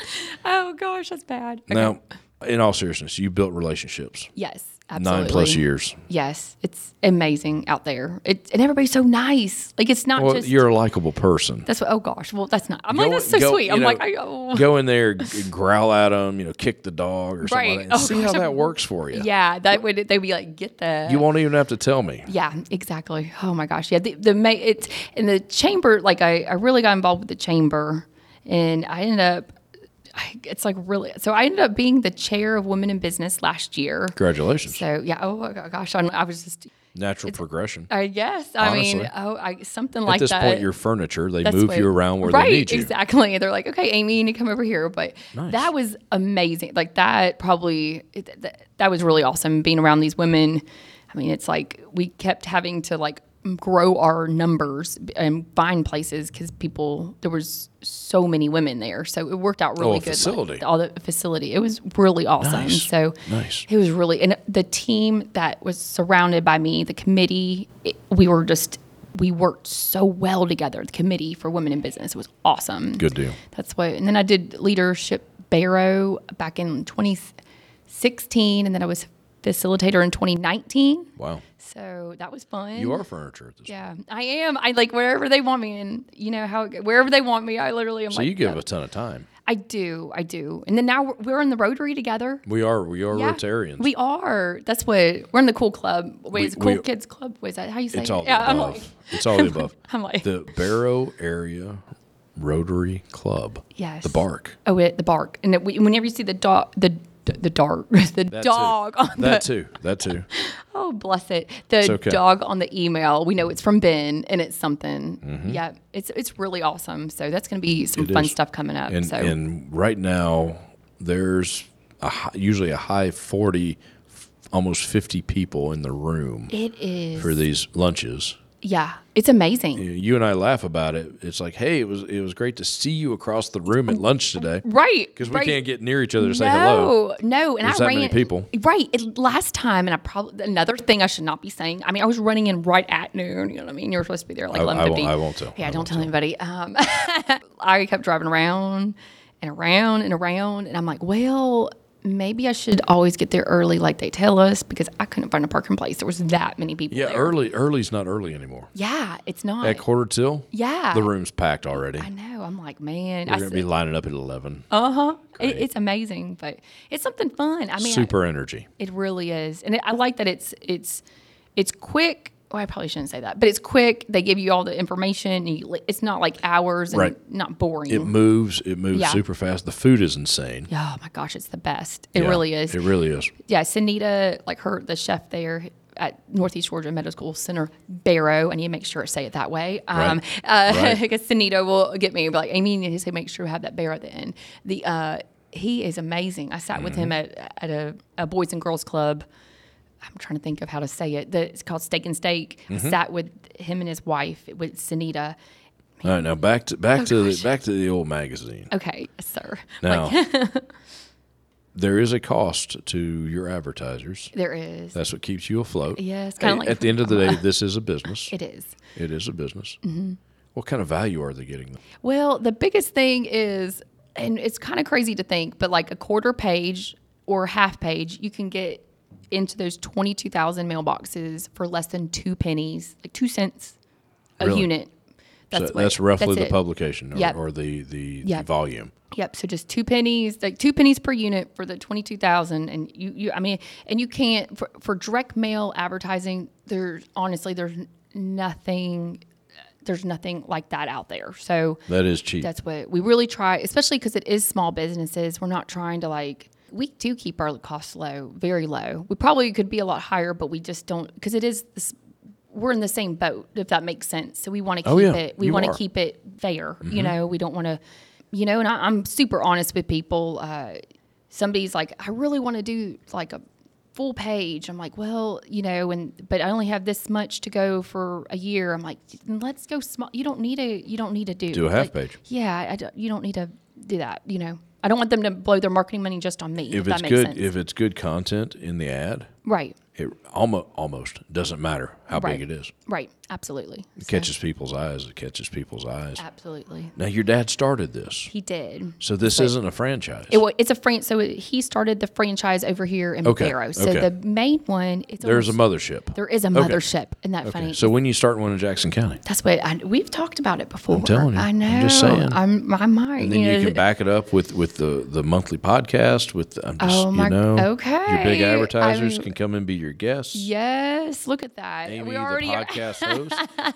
[SPEAKER 2] oh gosh, that's bad. Okay.
[SPEAKER 1] Now, in all seriousness, you built relationships
[SPEAKER 2] yes, absolutely.
[SPEAKER 1] nine plus years.
[SPEAKER 2] Yes, it's amazing out there. It, and everybody's so nice. Like it's not
[SPEAKER 1] Well,
[SPEAKER 2] just.
[SPEAKER 1] you're a likable person.
[SPEAKER 2] that's what. Oh gosh. Well, that's not. I'm like
[SPEAKER 1] Go-
[SPEAKER 2] that's so
[SPEAKER 1] go-
[SPEAKER 2] sweet.
[SPEAKER 1] you
[SPEAKER 2] I'm
[SPEAKER 1] know,
[SPEAKER 2] like, I, oh.
[SPEAKER 1] Go in there, g- growl at them, you know, kick the dog or something. Like
[SPEAKER 2] Right.
[SPEAKER 1] that, and
[SPEAKER 2] Oh,
[SPEAKER 1] see
[SPEAKER 2] gosh,
[SPEAKER 1] how that
[SPEAKER 2] I'm-
[SPEAKER 1] works for you.
[SPEAKER 2] yeah, that would they'd be like, get the.
[SPEAKER 1] You won't even have to tell me.
[SPEAKER 2] Yeah, exactly. Oh my gosh. Yeah, the, the ma- it's in the chamber. Like I, I really got involved with the chamber, and I ended up. I, it's like really. So I ended up being the chair of women in business last year.
[SPEAKER 1] Congratulations,
[SPEAKER 2] So yeah. Oh my go- gosh. I'm, I was just.
[SPEAKER 1] natural progression.
[SPEAKER 2] I guess. I
[SPEAKER 1] Honestly.
[SPEAKER 2] mean, oh, I something
[SPEAKER 1] At
[SPEAKER 2] like
[SPEAKER 1] this
[SPEAKER 2] that.
[SPEAKER 1] point, your furniture they
[SPEAKER 2] That's
[SPEAKER 1] move
[SPEAKER 2] what-
[SPEAKER 1] you around where
[SPEAKER 2] right,
[SPEAKER 1] they need you.
[SPEAKER 2] Exactly. They're like, okay, Amy, you need to come over here. But
[SPEAKER 1] Nice.
[SPEAKER 2] that was amazing. Like that probably it- th- that was really awesome being around these women. I mean, it's like we kept having to like grow our numbers and find places because people there was so many women there. So it worked out really
[SPEAKER 1] Oh, a
[SPEAKER 2] good. like,
[SPEAKER 1] facility.
[SPEAKER 2] all the facility. It was really awesome.
[SPEAKER 1] Nice.
[SPEAKER 2] So
[SPEAKER 1] Nice.
[SPEAKER 2] it was really, and the team that was surrounded by me, the committee, it, we were just, we worked so well together. The committee for women in business was awesome.
[SPEAKER 1] Good deal.
[SPEAKER 2] That's what, and then I did leadership barrow back in 2016, and then I was facilitator in 2019.
[SPEAKER 1] Wow,
[SPEAKER 2] So that was fun.
[SPEAKER 1] you are furniture at this. point.
[SPEAKER 2] Yeah, I am. I like wherever they want me, and you know how it go- wherever they want me, I literally am
[SPEAKER 1] So
[SPEAKER 2] like.
[SPEAKER 1] you give
[SPEAKER 2] "Yep."
[SPEAKER 1] a ton of time.
[SPEAKER 2] I do, I do, and then now we're, we're in the Rotary together.
[SPEAKER 1] We are we are
[SPEAKER 2] Yeah,
[SPEAKER 1] Rotarians.
[SPEAKER 2] We are. That's what we're in the cool club. Wait,
[SPEAKER 1] We-
[SPEAKER 2] it's cool
[SPEAKER 1] we-
[SPEAKER 2] kids club. Wait, is that how you say
[SPEAKER 1] It's
[SPEAKER 2] it?
[SPEAKER 1] all the
[SPEAKER 2] yeah, I'm
[SPEAKER 1] above.
[SPEAKER 2] like,
[SPEAKER 1] it's all the above.
[SPEAKER 2] I'm like-
[SPEAKER 1] the Barrow Area Rotary Club.
[SPEAKER 2] Yes.
[SPEAKER 1] The bark.
[SPEAKER 2] oh, it, the bark. And it, whenever you see the dog, the the dark, the
[SPEAKER 1] That too.
[SPEAKER 2] dog on
[SPEAKER 1] That
[SPEAKER 2] the
[SPEAKER 1] too. That too.
[SPEAKER 2] oh bless it, the
[SPEAKER 1] okay.
[SPEAKER 2] dog on the email. We know it's from Ben, and it's something. Yeah, it's it's really awesome. So that's going to be some
[SPEAKER 1] Mm-hmm. It
[SPEAKER 2] fun
[SPEAKER 1] is.
[SPEAKER 2] stuff coming up.
[SPEAKER 1] And
[SPEAKER 2] so
[SPEAKER 1] and right now there's a hi- usually a high 40 f- almost 50 people in the room
[SPEAKER 2] it is.
[SPEAKER 1] for these lunches.
[SPEAKER 2] yeah, it's amazing.
[SPEAKER 1] You and I laugh about it. It's like, "Hey, it was it was great to see you across the room at lunch today."
[SPEAKER 2] Right.
[SPEAKER 1] Cuz we
[SPEAKER 2] right.
[SPEAKER 1] can't get near each other to say hello.
[SPEAKER 2] no, no, and
[SPEAKER 1] There's
[SPEAKER 2] I
[SPEAKER 1] that
[SPEAKER 2] ran
[SPEAKER 1] many people.
[SPEAKER 2] Right, it, last time, and I probably another thing I should not be saying. I mean, I was running in right at noon. You know what I mean? You're supposed to be there like
[SPEAKER 1] I won't-
[SPEAKER 2] eleven fifty.
[SPEAKER 1] I won't tell.
[SPEAKER 2] Yeah,
[SPEAKER 1] I
[SPEAKER 2] don't
[SPEAKER 1] won't
[SPEAKER 2] tell anybody. Um, I kept driving around and around and around, and I'm like, well, maybe I should always get there early, like they tell us, because I couldn't find a parking place. There was that many people.
[SPEAKER 1] Yeah, er,
[SPEAKER 2] there.
[SPEAKER 1] early early's not early anymore.
[SPEAKER 2] Yeah, it's not.
[SPEAKER 1] At quarter till?
[SPEAKER 2] yeah,
[SPEAKER 1] The room's packed already.
[SPEAKER 2] I know. I'm like, man,
[SPEAKER 1] We're
[SPEAKER 2] I
[SPEAKER 1] going to be
[SPEAKER 2] said-
[SPEAKER 1] lining up at 11.
[SPEAKER 2] Oh, it, it's amazing, but it's something fun. I mean, I-
[SPEAKER 1] Super energy.
[SPEAKER 2] It really is, and it, I like that it's it's it's quick well, I probably shouldn't say that, but it's quick. They give you all the information. And you, li- it's not like hours and
[SPEAKER 1] Right.
[SPEAKER 2] not boring.
[SPEAKER 1] It moves. It moves
[SPEAKER 2] Yeah.
[SPEAKER 1] super fast. The food is insane.
[SPEAKER 2] oh my gosh, it's the best. It
[SPEAKER 1] Yeah,
[SPEAKER 2] really is.
[SPEAKER 1] It really is.
[SPEAKER 2] yeah, Sunita, like her, the chef there at Northeast Georgia Medical Center, Barrow. I need to make sure I say it that way. Um, uh,
[SPEAKER 1] Right.
[SPEAKER 2] because Sunita will get me, be like, Amy, you need to say, make sure you have that Barrow at the end. The, uh, he is amazing. I sat with
[SPEAKER 1] Mm-hmm.
[SPEAKER 2] him at, at a, a Boys and Girls Club. I'm trying to think of how to say it. The, it's called Steak and Steak.
[SPEAKER 1] Mm-hmm.
[SPEAKER 2] I sat with him and his wife, with Sunita.
[SPEAKER 1] All right, now back to back to
[SPEAKER 2] Oh, gosh.
[SPEAKER 1] the, back to the old magazine.
[SPEAKER 2] Okay, sir.
[SPEAKER 1] Now, there is a cost to your advertisers.
[SPEAKER 2] There is.
[SPEAKER 1] That's what keeps you afloat.
[SPEAKER 2] Yes, kinda
[SPEAKER 1] At-
[SPEAKER 2] like-
[SPEAKER 1] at the end of the day, this is a business.
[SPEAKER 2] It is.
[SPEAKER 1] It is a business.
[SPEAKER 2] Mm-hmm.
[SPEAKER 1] What kind of value are they getting?
[SPEAKER 2] Well, the biggest thing is, and it's kind of crazy to think, but like a quarter page or half page, you can get into those 22,000 mailboxes for less than two pennies, like two cents a
[SPEAKER 1] Really?
[SPEAKER 2] unit.
[SPEAKER 1] That's,
[SPEAKER 2] what-
[SPEAKER 1] that's roughly
[SPEAKER 2] that's
[SPEAKER 1] the
[SPEAKER 2] it.
[SPEAKER 1] publication or,
[SPEAKER 2] Yep.
[SPEAKER 1] or the, the, the
[SPEAKER 2] Yep.
[SPEAKER 1] volume.
[SPEAKER 2] Yep. So just two pennies, like two pennies per unit for the twenty-two thousand, and you, you, I mean, and you can't for, for direct mail advertising. There's honestly, there's nothing, there's nothing like that out there. So
[SPEAKER 1] That is cheap.
[SPEAKER 2] that's what we really try, especially because it is small businesses. We're not trying to like, we do keep our costs low, very low. We probably could be a lot higher, but we just don't, because it is, this, we're in the same boat, if that makes sense. So we want to keep
[SPEAKER 1] Oh, yeah,
[SPEAKER 2] it, we
[SPEAKER 1] you
[SPEAKER 2] want
[SPEAKER 1] are. Mm-hmm.
[SPEAKER 2] to keep it fair. You know, we don't want to, you know, and I, I'm super honest with people. Uh, somebody's like, I really want to do like a, full page i'm like well you know and but i only have this much to go for a year i'm like let's go small you don't need a you don't need to do
[SPEAKER 1] Do a half
[SPEAKER 2] like,
[SPEAKER 1] page.
[SPEAKER 2] yeah, I- I don't- you don't need to do that. You know, I don't want them to blow their marketing money just on me. If,
[SPEAKER 1] if
[SPEAKER 2] that
[SPEAKER 1] it's
[SPEAKER 2] makes
[SPEAKER 1] good,
[SPEAKER 2] sense.
[SPEAKER 1] if it's good content in the ad,
[SPEAKER 2] right,
[SPEAKER 1] it almost almost doesn't matter how big
[SPEAKER 2] Right.
[SPEAKER 1] it is.
[SPEAKER 2] right, absolutely,
[SPEAKER 1] It catches people's eyes. It catches people's eyes.
[SPEAKER 2] absolutely.
[SPEAKER 1] Now your dad started this,
[SPEAKER 2] He did.
[SPEAKER 1] so this isn't a franchise.
[SPEAKER 2] It, wa- it's a franchise. So it- he started the franchise over here in
[SPEAKER 1] Okay,
[SPEAKER 2] Barrow. So
[SPEAKER 1] okay.
[SPEAKER 2] the main one, it's
[SPEAKER 1] There's a
[SPEAKER 2] almost-
[SPEAKER 1] mothership.
[SPEAKER 2] there is a mothership. Isn't that funny?
[SPEAKER 1] So when you start one in Jackson County,
[SPEAKER 2] That's what I, we've talked about it before. I'm
[SPEAKER 1] telling you.
[SPEAKER 2] I
[SPEAKER 1] I'm
[SPEAKER 2] know.
[SPEAKER 1] just saying.
[SPEAKER 2] I'm, I might.
[SPEAKER 1] and then you,
[SPEAKER 2] know,
[SPEAKER 1] can back it up with with the the monthly podcast. With I'm just
[SPEAKER 2] Oh my-
[SPEAKER 1] you know, your big
[SPEAKER 2] okay. I
[SPEAKER 1] advertisers
[SPEAKER 2] mean-
[SPEAKER 1] can come and be your guests.
[SPEAKER 2] Yes, look at that.
[SPEAKER 1] Amy,
[SPEAKER 2] we already
[SPEAKER 1] the podcast host.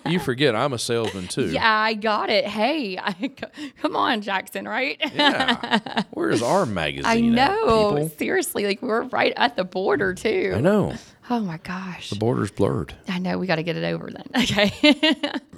[SPEAKER 1] You forget I'm a salesman too.
[SPEAKER 2] Yeah, I got it. Hey, I, come on, Jackson. Right.
[SPEAKER 1] Yeah. Where's our magazine?
[SPEAKER 2] I
[SPEAKER 1] at,
[SPEAKER 2] know.
[SPEAKER 1] people?
[SPEAKER 2] Seriously, like we're right at the border too.
[SPEAKER 1] I know.
[SPEAKER 2] Oh my gosh.
[SPEAKER 1] The border's blurred.
[SPEAKER 2] I know we got to get it over then. Okay.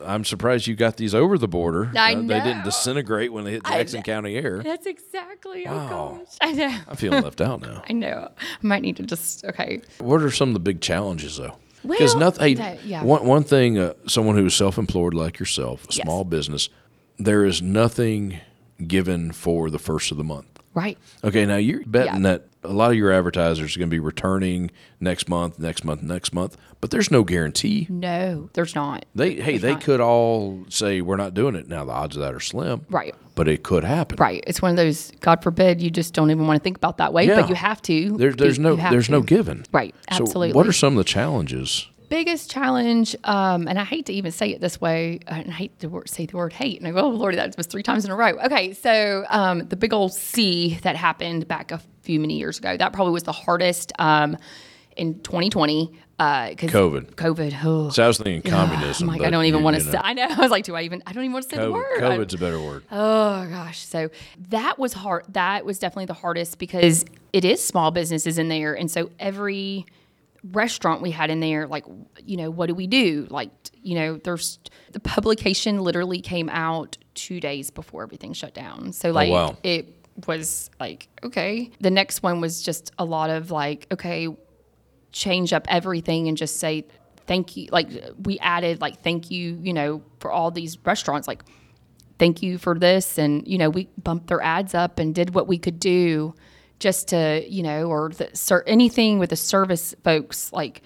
[SPEAKER 1] I'm surprised you got these over the border. Uh,
[SPEAKER 2] I
[SPEAKER 1] They didn't
[SPEAKER 2] know.
[SPEAKER 1] disintegrate when they hit Jackson County air.
[SPEAKER 2] That's exactly.
[SPEAKER 1] Wow.
[SPEAKER 2] Oh gosh. I know.
[SPEAKER 1] I'm feeling left out now.
[SPEAKER 2] I know. I might need to just okay.
[SPEAKER 1] What are some of the big challenges though? Because
[SPEAKER 2] Well,
[SPEAKER 1] nothing.
[SPEAKER 2] that- yeah.
[SPEAKER 1] One one thing, uh, someone who is self-employed like yourself, a small business, there is nothing given for the first of the month.
[SPEAKER 2] Right.
[SPEAKER 1] Okay, now you're betting
[SPEAKER 2] Yeah.
[SPEAKER 1] that a lot of your advertisers are going to be returning next month, next month, next month, but there's no guarantee.
[SPEAKER 2] No, there's not.
[SPEAKER 1] They hey, they could all say we're not doing it. Now the odds of that are slim.
[SPEAKER 2] Right.
[SPEAKER 1] But it could happen.
[SPEAKER 2] Right. It's one of those. God forbid you just don't even want to think about that way,
[SPEAKER 1] Yeah.
[SPEAKER 2] but you have to.
[SPEAKER 1] There, there's
[SPEAKER 2] You
[SPEAKER 1] no
[SPEAKER 2] have
[SPEAKER 1] there's
[SPEAKER 2] to.
[SPEAKER 1] no given.
[SPEAKER 2] Right.
[SPEAKER 1] So
[SPEAKER 2] Absolutely.
[SPEAKER 1] what are some of the challenges?
[SPEAKER 2] biggest challenge, um, and I hate to even say it this way, and I hate to wor- say the word hate, and I go, oh, Lord, that was three times in a row. Okay, so um, the big old C that happened back a few many years ago, that probably was the hardest um, in 2020. Uh, 'cause
[SPEAKER 1] COVID.
[SPEAKER 2] COVID. Oh.
[SPEAKER 1] So I was thinking communism.
[SPEAKER 2] I'm like, I
[SPEAKER 1] but
[SPEAKER 2] don't even
[SPEAKER 1] you-
[SPEAKER 2] want
[SPEAKER 1] you
[SPEAKER 2] to
[SPEAKER 1] know,
[SPEAKER 2] say, I know. I was like, do I even, I don't even want to say the
[SPEAKER 1] COVID,
[SPEAKER 2] word. I-
[SPEAKER 1] COVID's a better word.
[SPEAKER 2] Oh gosh, so that was hard. That was definitely the hardest because it is small businesses in there, and so every restaurant we had in there, like you know, what do we do? Like you know, there's the publication literally came out two days before everything shut down. So like
[SPEAKER 1] wow.
[SPEAKER 2] it was like okay. The next one was just a lot of like okay, change up everything and just say thank you. Like we added like thank you, you know, for all these restaurants like thank you for this and you know we bumped their ads up and did what we could do just to you know or the, ser- anything with the service folks like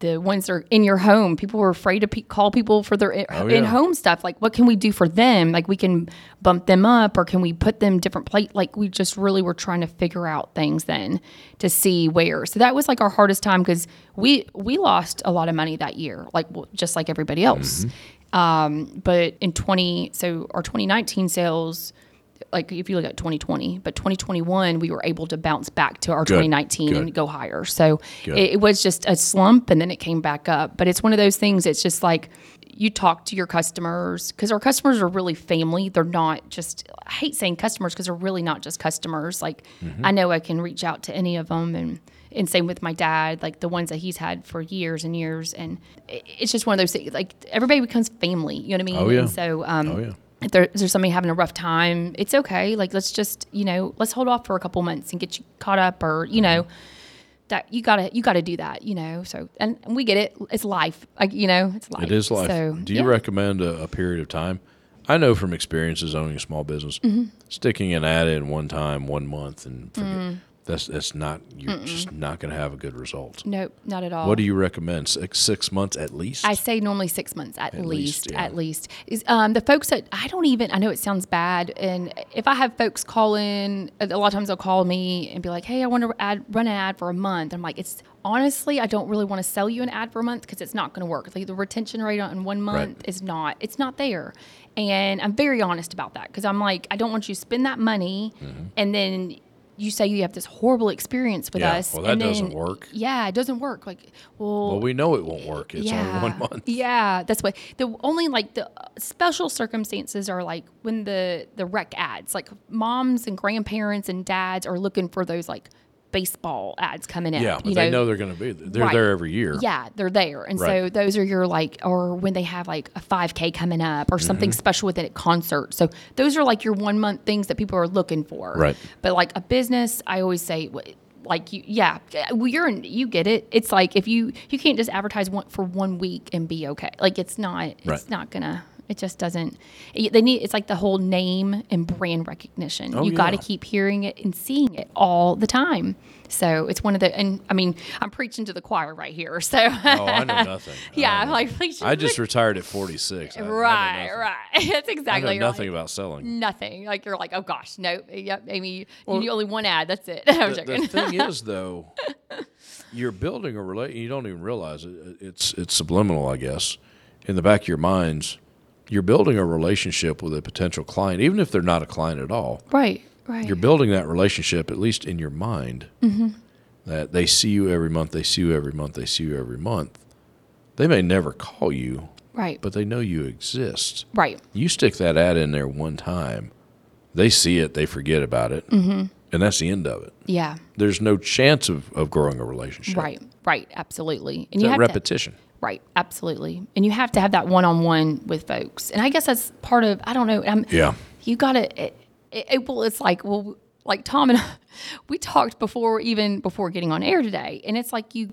[SPEAKER 2] the ones that are in your home people were afraid to pe- call people for their in-
[SPEAKER 1] Oh, yeah.
[SPEAKER 2] in-home stuff like what can we do for them like we can bump them up or can we put them different plate like we just really were trying to figure out things then to see where so that was like our hardest time because we we lost a lot of money that year like w- just like
[SPEAKER 1] Mm-hmm.
[SPEAKER 2] everybody else um, but in 20, so our 2019 sales like if you look at 2020, but 2021 we were able to bounce back to our
[SPEAKER 1] Good.
[SPEAKER 2] 2019
[SPEAKER 1] Good.
[SPEAKER 2] and go higher. So
[SPEAKER 1] Good.
[SPEAKER 2] it, it was just a slump and then it came back up. But it's one of those things. It's just like you talk to your customers because our customers are really family. They're not just. I hate saying customers because they're really not just customers. Like
[SPEAKER 1] Mm-hmm.
[SPEAKER 2] I know I can reach out to any of them and. And same with my dad, like the ones that he's had for years and years, and it- it's just one of those things. Like everybody becomes family, you know what I mean?
[SPEAKER 1] Oh, yeah.
[SPEAKER 2] And so, um,
[SPEAKER 1] Oh, yeah.
[SPEAKER 2] if there, if there's somebody having a rough time, it's okay. Like let's just you know let's hold off for a couple months and get you caught up, or
[SPEAKER 1] Mm-hmm.
[SPEAKER 2] you know that you gotta you gotta do that, you know. So and, and we get it. It's life, like you know, it's life.
[SPEAKER 1] It is life.
[SPEAKER 2] So,
[SPEAKER 1] Do you
[SPEAKER 2] yeah.
[SPEAKER 1] recommend a, a period of time? I know from experiences owning a small business,
[SPEAKER 2] Mm-hmm.
[SPEAKER 1] sticking an ad in one time, one month, and forget,
[SPEAKER 2] Mm-hmm.
[SPEAKER 1] that's that's not you're just not going to have a good result.
[SPEAKER 2] No, not at all.
[SPEAKER 1] What do you recommend? Six, six months at least.
[SPEAKER 2] I say normally six months at,
[SPEAKER 1] least,
[SPEAKER 2] least,
[SPEAKER 1] yeah.
[SPEAKER 2] At least is um, the folks that I don't even. I know it sounds bad, and if I have folks call in, a lot of times they'll call me and be like, "Hey, I want to ad, run an ad for a month." I'm like, "It's honestly, I don't really want to sell you an ad for a month because it's not going to work. Like the retention rate on one month is not. It's not there." And I'm very honest about that because I'm like, I don't want you to spend that money,
[SPEAKER 1] Mm-hmm.
[SPEAKER 2] and then you say you have this horrible experience with
[SPEAKER 1] Yeah,
[SPEAKER 2] us.
[SPEAKER 1] well, that
[SPEAKER 2] and then-
[SPEAKER 1] doesn't work.
[SPEAKER 2] Yeah, it doesn't work. Like,
[SPEAKER 1] well, we know it won't work. It's only one month.
[SPEAKER 2] yeah, that's why the only like the uh, special circumstances are like when the the rec ads, like moms and grandparents and dads are looking for those like baseball ads coming in.
[SPEAKER 1] Yeah, but
[SPEAKER 2] you
[SPEAKER 1] they know, they're going to be there. They're
[SPEAKER 2] Right.
[SPEAKER 1] there every year.
[SPEAKER 2] yeah, they're there, and so
[SPEAKER 1] Right.
[SPEAKER 2] those are your like, or when they have like a 5K coming up or something
[SPEAKER 1] Mm-hmm.
[SPEAKER 2] special with it at concert. So those are like your one month things that people are looking for.
[SPEAKER 1] Right.
[SPEAKER 2] But like a business, I always say, w- like you, yeah, well, you're in, you get it. It's like if you you can't just advertise one for one week and be okay. Like it's not, it's
[SPEAKER 1] Right.
[SPEAKER 2] not gonna. It just doesn't. it- They need. It's like the whole name and brand recognition.
[SPEAKER 1] Oh,
[SPEAKER 2] you got to
[SPEAKER 1] yeah.
[SPEAKER 2] keep hearing it and seeing it all the time. So it's one of the. And I mean, I'm preaching to the choir right here. So
[SPEAKER 1] Oh, I know nothing.
[SPEAKER 2] yeah,
[SPEAKER 1] I,
[SPEAKER 2] I'm
[SPEAKER 1] know-
[SPEAKER 2] like preaching.
[SPEAKER 1] I
[SPEAKER 2] to the-
[SPEAKER 1] just retired at 46. I- I know
[SPEAKER 2] right,
[SPEAKER 1] nothing.
[SPEAKER 2] right. That's
[SPEAKER 1] I know
[SPEAKER 2] exactly you're like,
[SPEAKER 1] nothing about selling.
[SPEAKER 2] nothing. Like you're like, oh gosh, no, yep, Amy, you need only one ad. That's it. I'm
[SPEAKER 1] the,
[SPEAKER 2] joking.
[SPEAKER 1] the thing is though you're building a relation you don't even realize it it's it's subliminal i guess in the back of your minds you're building a relationship with a potential client even if they're not a client at all
[SPEAKER 2] right, right.
[SPEAKER 1] you're building that relationship at least in your mind
[SPEAKER 2] Mm-hmm.
[SPEAKER 1] that they see you every month they see you every month they see you every month they may never call you
[SPEAKER 2] right,
[SPEAKER 1] but they know you exist
[SPEAKER 2] right.
[SPEAKER 1] you stick that ad in there one time they see it they forget about it mm-hmm. and that's the end of it
[SPEAKER 2] Yeah,
[SPEAKER 1] there's no chance of, of growing a relationship.
[SPEAKER 2] right, right. Absolutely. And
[SPEAKER 1] It's
[SPEAKER 2] you
[SPEAKER 1] that
[SPEAKER 2] have to,
[SPEAKER 1] repetition.
[SPEAKER 2] Right, absolutely. And you have to have that one on one with folks. And I guess that's part of, I don't know. I'm,
[SPEAKER 1] Yeah.
[SPEAKER 2] You got to, it, it, it- well, it's like, well, like Tom and I, we talked before, even before getting on air today. And it's like you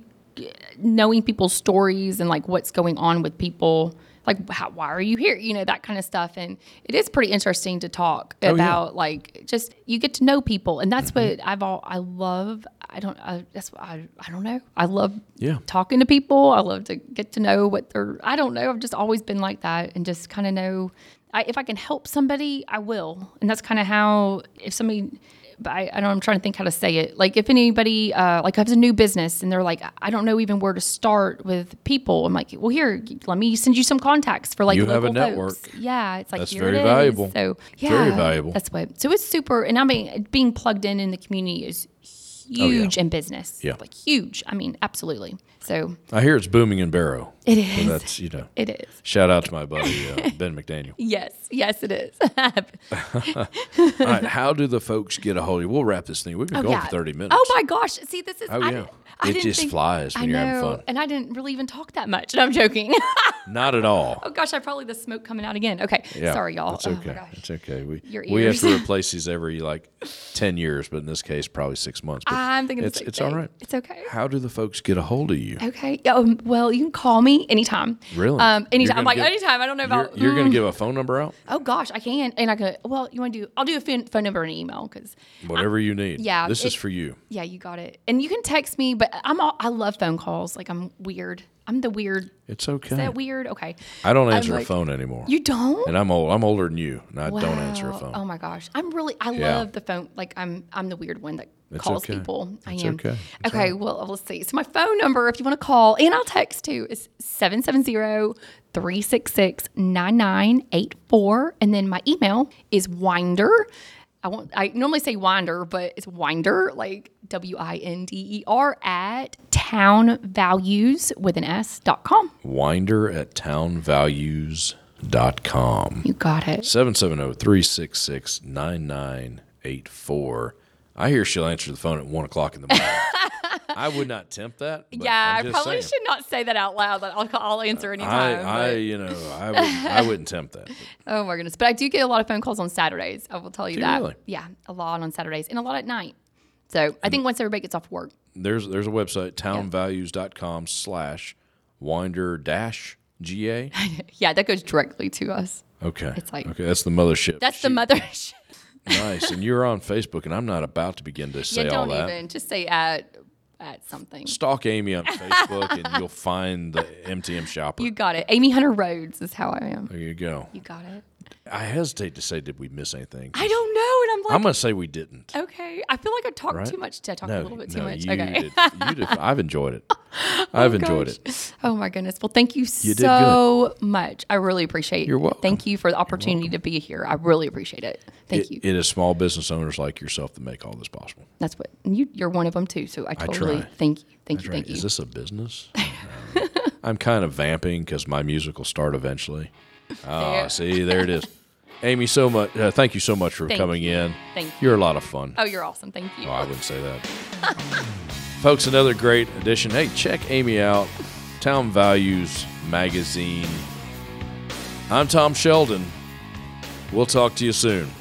[SPEAKER 2] knowing people's stories and like what's going on with people. Like, how, why are you here? You know, that kind of stuff. And it is pretty interesting to talk
[SPEAKER 1] Oh, yeah.
[SPEAKER 2] about, like, just you get to know people. And that's
[SPEAKER 1] Mm-hmm.
[SPEAKER 2] what I've all, I love. I don't, I, that's what I, I don't know. I love
[SPEAKER 1] Yeah.
[SPEAKER 2] talking to people. I love to get to know what they're. I don't know. I've just always been like that, and just kind of know. I, if I can help somebody, I will, and that's kind of how. If somebody, but I, I don't. I'm trying to think how to say it. Like if anybody, uh, like has a new business, and they're like, I don't know even where to start with people. I'm like, well, here, let me send you some contacts for like
[SPEAKER 1] You have a
[SPEAKER 2] local folks."
[SPEAKER 1] network.
[SPEAKER 2] Yeah, it's like
[SPEAKER 1] That's
[SPEAKER 2] here
[SPEAKER 1] very
[SPEAKER 2] it is.
[SPEAKER 1] valuable.
[SPEAKER 2] So yeah,
[SPEAKER 1] Very valuable.
[SPEAKER 2] That's what. So it's super, and I mean, being plugged in in the community is
[SPEAKER 1] Oh, yeah.
[SPEAKER 2] huge in business.
[SPEAKER 1] Yeah.
[SPEAKER 2] Like huge. I mean, absolutely. So
[SPEAKER 1] I hear it's booming in Barrow.
[SPEAKER 2] it
[SPEAKER 1] So
[SPEAKER 2] is.
[SPEAKER 1] that's, you know,
[SPEAKER 2] it is.
[SPEAKER 1] shout out to my buddy, uh, Ben McDaniel.
[SPEAKER 2] Yes. Yes, it is.
[SPEAKER 1] All right. How do the folks get a hold of you? We'll wrap this thing. We've been going for 30 minutes.
[SPEAKER 2] Oh my gosh. See, this is.
[SPEAKER 1] Oh,
[SPEAKER 2] I,
[SPEAKER 1] yeah.
[SPEAKER 2] I
[SPEAKER 1] It
[SPEAKER 2] didn't
[SPEAKER 1] just
[SPEAKER 2] think-
[SPEAKER 1] flies when
[SPEAKER 2] I
[SPEAKER 1] you're having
[SPEAKER 2] know,
[SPEAKER 1] fun.
[SPEAKER 2] And I didn't really even talk that much. And I'm joking.
[SPEAKER 1] Not at all.
[SPEAKER 2] oh gosh, I probably the smoke coming out again. Okay.
[SPEAKER 1] Yeah,
[SPEAKER 2] Sorry, y'all.
[SPEAKER 1] It's
[SPEAKER 2] Oh, my
[SPEAKER 1] okay.
[SPEAKER 2] gosh.
[SPEAKER 1] it's okay. We
[SPEAKER 2] Your
[SPEAKER 1] we have to
[SPEAKER 2] ears.
[SPEAKER 1] replace these every like ten years, but in this case, probably six months. But
[SPEAKER 2] I'm thinking the
[SPEAKER 1] it's
[SPEAKER 2] same
[SPEAKER 1] it's all
[SPEAKER 2] thing.
[SPEAKER 1] right.
[SPEAKER 2] It's okay.
[SPEAKER 1] How do the folks get a hold of you?
[SPEAKER 2] Okay. Um, well, you can call me anytime.
[SPEAKER 1] Really?
[SPEAKER 2] Um,
[SPEAKER 1] You're
[SPEAKER 2] anytime.
[SPEAKER 1] gonna
[SPEAKER 2] I'm like
[SPEAKER 1] give-
[SPEAKER 2] anytime. I don't know
[SPEAKER 1] You're,
[SPEAKER 2] about.
[SPEAKER 1] you're going to give a phone number out,
[SPEAKER 2] oh gosh, I can. And I can. Well, you want to do? I'll do a fin- phone number and email because
[SPEAKER 1] whatever you need.
[SPEAKER 2] yeah,
[SPEAKER 1] this is
[SPEAKER 2] it-
[SPEAKER 1] for you.
[SPEAKER 2] Yeah, you got it. And you can text me, but I'm all, I love phone calls. Like I'm weird. I'm the weird.
[SPEAKER 1] It's okay.
[SPEAKER 2] Is that weird? Okay.
[SPEAKER 1] I don't answer a
[SPEAKER 2] like-
[SPEAKER 1] phone anymore.
[SPEAKER 2] You don't?
[SPEAKER 1] and I'm old. I'm older than you, and I don't answer a
[SPEAKER 2] Wow.
[SPEAKER 1] phone.
[SPEAKER 2] Oh my gosh, I'm really I
[SPEAKER 1] Yeah.
[SPEAKER 2] love the phone. Like I'm I'm the weird one that
[SPEAKER 1] It's
[SPEAKER 2] calls
[SPEAKER 1] okay.
[SPEAKER 2] people. I
[SPEAKER 1] It's
[SPEAKER 2] am.
[SPEAKER 1] okay. It's
[SPEAKER 2] okay, well let's see. So my phone number, if you want to call, and I'll text too, is 770-366-9984. and then my email is winder. I won't. I normally say winder, but it's winder, like W I N D E R at townvalues with an S dot com.
[SPEAKER 1] Winder at townvalues.com.
[SPEAKER 2] You got it.
[SPEAKER 1] oh, 770-366-9984. I hear she'll answer the phone at one o'clock in the morning. I would not tempt that. but
[SPEAKER 2] Yeah,
[SPEAKER 1] I'm
[SPEAKER 2] I
[SPEAKER 1] just
[SPEAKER 2] probably
[SPEAKER 1] saying.
[SPEAKER 2] should not say that out loud. That I'll, I'll answer
[SPEAKER 1] I,
[SPEAKER 2] anytime.
[SPEAKER 1] I, you know, I, would, I wouldn't tempt that.
[SPEAKER 2] but- oh my goodness! But I do get a lot of phone calls on Saturdays. I will tell you
[SPEAKER 1] Do you
[SPEAKER 2] that.
[SPEAKER 1] really?
[SPEAKER 2] Yeah, a lot on Saturdays and a lot at night. So I
[SPEAKER 1] Mm.
[SPEAKER 2] think once everybody gets off work,
[SPEAKER 1] There's there's a website townvalues.com slash winder dash ga.
[SPEAKER 2] yeah, that goes directly to us.
[SPEAKER 1] Okay, it's
[SPEAKER 2] like-
[SPEAKER 1] okay, that's the mothership.
[SPEAKER 2] That's the mothership.
[SPEAKER 1] nice. And you're on Facebook, and I'm not about to begin to say
[SPEAKER 2] yeah,
[SPEAKER 1] all
[SPEAKER 2] don't
[SPEAKER 1] that.
[SPEAKER 2] even just say at at something.
[SPEAKER 1] Stalk Amy on Facebook, and you'll find the MTM shopper.
[SPEAKER 2] You got it. Amy Hunter Rhodes is how I am.
[SPEAKER 1] there you go.
[SPEAKER 2] You got it.
[SPEAKER 1] I hesitate to say, did we miss anything?
[SPEAKER 2] I don't know, and I'm
[SPEAKER 1] I'm
[SPEAKER 2] like,
[SPEAKER 1] gonna say we didn't.
[SPEAKER 2] okay. I feel like I talked
[SPEAKER 1] Right?
[SPEAKER 2] too much. Did I talk a little bit too
[SPEAKER 1] no,
[SPEAKER 2] much?
[SPEAKER 1] You
[SPEAKER 2] okay.
[SPEAKER 1] did, you did, I've enjoyed it. I've enjoyed it.
[SPEAKER 2] Oh my goodness. Well, thank you,
[SPEAKER 1] did
[SPEAKER 2] so much. I really appreciate it.
[SPEAKER 1] You're welcome.
[SPEAKER 2] Thank you for the opportunity to be here. I really appreciate it. Thank
[SPEAKER 1] It-
[SPEAKER 2] you.
[SPEAKER 1] It is small business owners like yourself that make all this possible.
[SPEAKER 2] That's what and you, you're one of them too. So I totally
[SPEAKER 1] try.
[SPEAKER 2] thank you. Thank
[SPEAKER 1] That's
[SPEAKER 2] you.
[SPEAKER 1] right.
[SPEAKER 2] Thank
[SPEAKER 1] Is
[SPEAKER 2] you.
[SPEAKER 1] this a business? Um, I'm kind of vamping because my music will start eventually. Oh,
[SPEAKER 2] There.
[SPEAKER 1] see, there it is. Amy, so much. Uh, thank you so much for
[SPEAKER 2] Thank
[SPEAKER 1] coming
[SPEAKER 2] you.
[SPEAKER 1] in.
[SPEAKER 2] Thank you.
[SPEAKER 1] You're a lot of fun.
[SPEAKER 2] Oh, you're awesome. Thank you.
[SPEAKER 1] No, I wouldn't say that. Folks, another great addition. Hey, check Amy out, Town Values Magazine. I'm Tom Sheldon. We'll talk to you soon.